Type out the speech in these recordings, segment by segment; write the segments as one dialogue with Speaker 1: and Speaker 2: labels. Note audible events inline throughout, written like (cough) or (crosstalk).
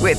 Speaker 1: With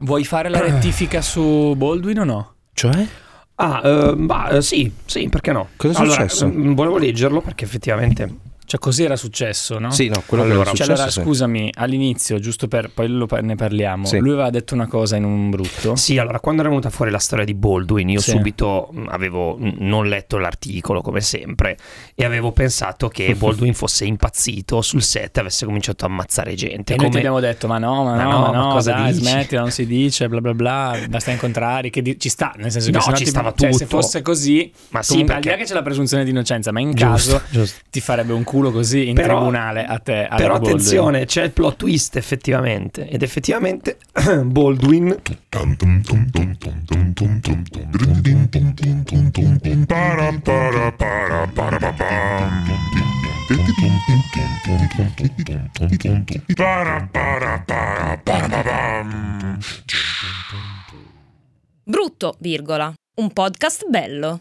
Speaker 2: Vuoi fare
Speaker 3: (coughs)
Speaker 2: la rettifica su Baldwin o no?
Speaker 4: Cioè?
Speaker 3: Ah, eh, ma eh, sì, sì, perché no?
Speaker 4: Cosa è
Speaker 3: Allora,
Speaker 4: successo?
Speaker 3: mm, volevo leggerlo perché effettivamente
Speaker 2: Cioè, così era successo, no?
Speaker 4: Sì, no, quello che
Speaker 3: Allora,
Speaker 4: è
Speaker 2: Cioè,
Speaker 4: successo.
Speaker 2: allora,
Speaker 4: sì.
Speaker 2: scusami, all'inizio, giusto per poi lo par- ne parliamo.
Speaker 4: Sì.
Speaker 2: Lui aveva detto una cosa in un brutto.
Speaker 3: Sì, allora quando era venuta fuori la storia di Baldwin, io
Speaker 2: Sì.
Speaker 3: subito mh, avevo mh, non letto l'articolo come sempre e avevo pensato
Speaker 4: (laughs)
Speaker 3: che Baldwin fosse impazzito sul set e avesse cominciato a ammazzare gente.
Speaker 2: E noi ti
Speaker 3: come-
Speaker 2: abbiamo detto, ma no, ma
Speaker 3: Ma
Speaker 2: no,
Speaker 3: no,
Speaker 2: ma
Speaker 3: ma
Speaker 2: no,
Speaker 3: cosa
Speaker 2: dai,
Speaker 3: dici?"
Speaker 2: smettila, non si dice, bla bla bla, basta incontrarli, che di- ci sta, nel senso che
Speaker 3: No,
Speaker 2: se no
Speaker 3: ci
Speaker 2: ti-
Speaker 3: stava
Speaker 2: cioè, se
Speaker 3: tutto.
Speaker 2: fosse così,
Speaker 3: Ma sì,
Speaker 2: comunque, al di
Speaker 3: perché-
Speaker 2: là che c'è la presunzione di innocenza, ma in
Speaker 3: Giusto,
Speaker 2: caso
Speaker 3: giusto.
Speaker 2: ti farebbe un culo così in
Speaker 3: Però-
Speaker 2: tribunale a te. Alec
Speaker 3: Però
Speaker 2: Baldwin.
Speaker 3: attenzione, c'è il plot twist effettivamente ed effettivamente (clears throat) Baldwin
Speaker 5: Brutto, virgola. Un podcast bello.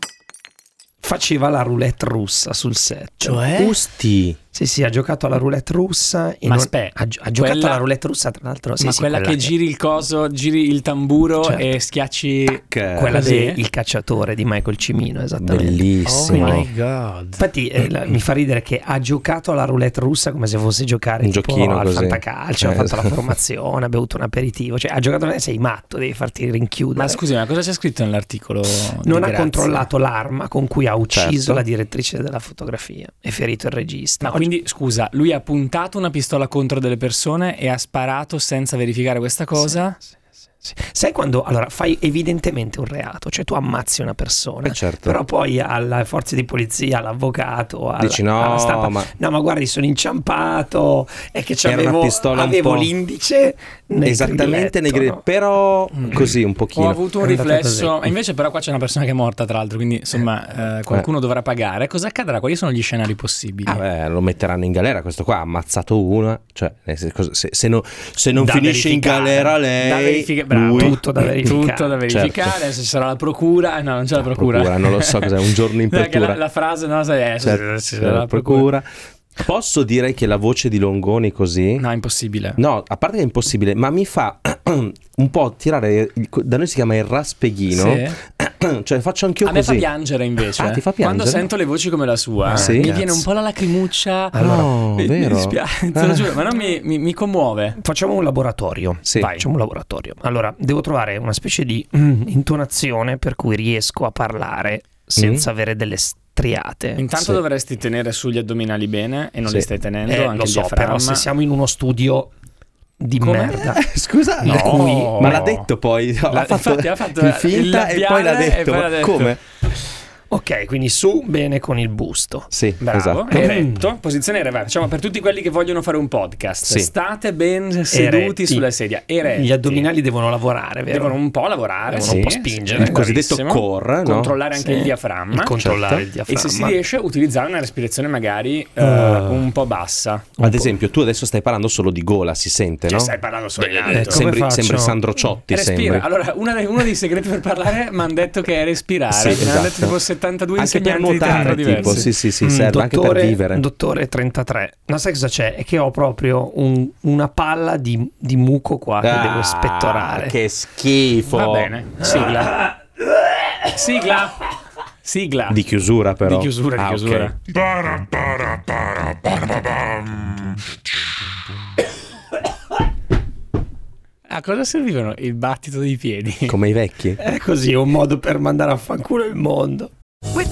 Speaker 3: faceva la roulette russa sul set.
Speaker 4: Cioè?
Speaker 2: Eh?
Speaker 4: Usti.
Speaker 3: Sì, sì, ha giocato alla roulette russa. E
Speaker 2: Ma
Speaker 3: non-
Speaker 2: aspetta,
Speaker 3: ha, gi- ha giocato
Speaker 2: quella-
Speaker 3: alla roulette russa, tra l'altro. Sì,
Speaker 2: ma
Speaker 3: sì,
Speaker 2: quella, che giri il coso, giri il tamburo
Speaker 3: Certo.
Speaker 2: e schiacci.
Speaker 3: Quella
Speaker 2: Così?
Speaker 3: del eh, cacciatore di Michael Cimino, esattamente.
Speaker 4: Bellissimo. Eh,
Speaker 3: Oh my
Speaker 2: god.
Speaker 3: Infatti eh, la- mi fa ridere che ha giocato alla roulette russa come se fosse giocare
Speaker 4: Un
Speaker 3: tipo,
Speaker 4: giochino
Speaker 3: al
Speaker 4: così.
Speaker 3: fantacalcio, ha
Speaker 4: Eh,
Speaker 3: fatto la
Speaker 4: esatto.
Speaker 3: formazione, ha bevuto un aperitivo, cioè ha giocato eh, sei matto, devi farti rinchiudere.
Speaker 2: Ma scusi, ma cosa c'è scritto nell'articolo? di
Speaker 3: non ha
Speaker 2: Grazia?
Speaker 3: controllato l'arma con cui ha ucciso
Speaker 4: Certo.
Speaker 3: la direttrice della fotografia e ferito il regista.
Speaker 2: Ma quindi, scusa, lui ha puntato una pistola contro delle persone e ha sparato senza verificare questa cosa?
Speaker 3: Sì, sì, sì. Sai quando allora fai evidentemente un reato, cioè tu ammazzi una persona,
Speaker 4: Eh, certo.
Speaker 3: però poi alle forze di polizia, all'avvocato, alla,
Speaker 4: Dici
Speaker 2: ah,
Speaker 3: alla stampa,
Speaker 4: no, ma
Speaker 3: no ma guardi sono inciampato, è che
Speaker 4: Era una
Speaker 3: c'avevo,
Speaker 4: pistola un
Speaker 3: avevo
Speaker 4: po'-
Speaker 3: l'indice nel
Speaker 4: esattamente nei grilli,
Speaker 3: grilletto, no?
Speaker 4: però così un pochino.
Speaker 2: Mm. Ho avuto un
Speaker 3: È andata
Speaker 2: riflesso.
Speaker 3: così.
Speaker 2: e Invece, però, qua c'è una persona che è morta, tra l'altro. Quindi, insomma, eh, qualcuno dovrà pagare. Cosa accadrà? Quali sono gli scenari possibili?
Speaker 4: Ah, beh, lo metteranno in galera questo qua ha ammazzato una cioè nel senso, cosa- se, se non, se non
Speaker 3: Da
Speaker 4: finisce in
Speaker 3: verificare.
Speaker 4: galera
Speaker 2: da
Speaker 4: lei
Speaker 2: verificare, bravo.
Speaker 4: lui-
Speaker 3: Tutto da verificare.
Speaker 2: Tutto da
Speaker 4: Certo.
Speaker 2: verificare. Adesso ci sarà la procura. Eh, No, non c'è la procura.
Speaker 4: procura, non lo so cos'è, un giorno in
Speaker 2: Dai, che
Speaker 4: pettura.
Speaker 2: La, la frase, no, sai, eh,
Speaker 4: Certo,
Speaker 2: ci sarà
Speaker 4: la procura. posso dire che la voce di Longoni così
Speaker 2: No, è impossibile.
Speaker 4: No, a parte che è impossibile, ma mi fa (clears throat) un po' tirare. il- da noi si chiama il raspeghino.
Speaker 2: Sì.
Speaker 4: (clears throat) cioè, faccio anch'io
Speaker 2: a me
Speaker 4: così.
Speaker 2: fa piangere invece.
Speaker 4: Ah, ti fa piangere? Ah,
Speaker 2: Quando sento le voci come la sua,
Speaker 4: Sì?
Speaker 2: mi
Speaker 4: Cazzo.
Speaker 2: viene un po' la lacrimuccia.
Speaker 3: Allora,
Speaker 4: no,
Speaker 2: mi, mi
Speaker 4: vero?
Speaker 2: dispiace, (laughs) te lo
Speaker 4: Ah.
Speaker 2: giuro, ma non mi, mi- mi commuove.
Speaker 3: Facciamo un laboratorio.
Speaker 4: Sì.
Speaker 3: Vai, facciamo un laboratorio. Allora, devo trovare una specie di mm, intonazione per cui riesco a parlare senza
Speaker 4: Mm.
Speaker 3: avere delle striate.
Speaker 2: Intanto
Speaker 4: Sì.
Speaker 2: dovresti tenere sugli addominali bene e non
Speaker 4: Sì.
Speaker 2: li stai tenendo.
Speaker 3: Eh,
Speaker 2: anche
Speaker 3: lo
Speaker 2: il
Speaker 3: so,
Speaker 2: diaframma.
Speaker 3: però se siamo in uno studio di
Speaker 2: Come?
Speaker 4: (laughs)
Speaker 3: merda.
Speaker 2: Eh,
Speaker 4: Scusa,
Speaker 3: No.
Speaker 4: no, ma l'ha detto poi. ha fatto,
Speaker 2: infatti ha fatto
Speaker 4: il
Speaker 2: il
Speaker 4: finta e poi l'ha
Speaker 2: labiale e
Speaker 4: detto.
Speaker 2: poi l'ha detto.
Speaker 4: Come?
Speaker 3: Ok, quindi su bene con il busto.
Speaker 4: Sì,
Speaker 2: Bravo, Eh,
Speaker 4: esatto.
Speaker 2: eretto, posizione eretta. Facciamo per tutti quelli che vogliono fare un podcast.
Speaker 4: Sì.
Speaker 2: State ben seduti
Speaker 3: Eretti.
Speaker 2: sulla sedia. Eretti.
Speaker 3: Gli addominali devono lavorare, vero?
Speaker 2: devono un po' lavorare,
Speaker 3: Devono
Speaker 2: sì,
Speaker 3: un po'
Speaker 2: sì,
Speaker 3: spingere.
Speaker 4: Il cosiddetto
Speaker 2: bravissimo.
Speaker 4: core, no?
Speaker 2: Controllare anche
Speaker 3: Sì.
Speaker 2: il diaframma.
Speaker 3: Il controllare
Speaker 4: Certo.
Speaker 3: il
Speaker 2: E
Speaker 3: diaframma.
Speaker 2: se si riesce, utilizzare una respirazione magari eh, un po' bassa.
Speaker 4: Ad esempio, tu adesso stai parlando solo di gola, si sente,
Speaker 2: Cioè,
Speaker 4: no?
Speaker 2: stai parlando solo in
Speaker 4: Eh,
Speaker 2: alto.
Speaker 3: come
Speaker 4: sembri,
Speaker 3: faccio?
Speaker 4: sembri Sandro Ciotti.
Speaker 2: Ecco, Respira.
Speaker 4: Sembri.
Speaker 2: Allora, una dei- uno dei segreti per parlare mi hanno detto che è respirare.
Speaker 4: Sì,
Speaker 2: Mi hanno detto
Speaker 4: esatto.
Speaker 2: tipo 72
Speaker 4: Anche per
Speaker 2: insegnanti di teatro
Speaker 4: nuotare, tipo,
Speaker 2: diversi.
Speaker 4: sì, sì, sì,
Speaker 3: Mm,
Speaker 4: serve anche per vivere.
Speaker 3: Dottore 33. No, sai cosa c'è? È che ho proprio un- una palla di, di muco qua che devo
Speaker 4: Ah,
Speaker 3: spettorare.
Speaker 4: Che schifo.
Speaker 2: Va bene. Sigla. Sigla. Sigla.
Speaker 4: Di chiusura, però.
Speaker 2: Di chiusura, di Ah,
Speaker 4: Ah, ok.
Speaker 2: chiusura. A cosa servivano il battito dei piedi?
Speaker 4: Come i vecchi.
Speaker 3: È così, è un modo per mandare a fanculo il mondo.
Speaker 1: With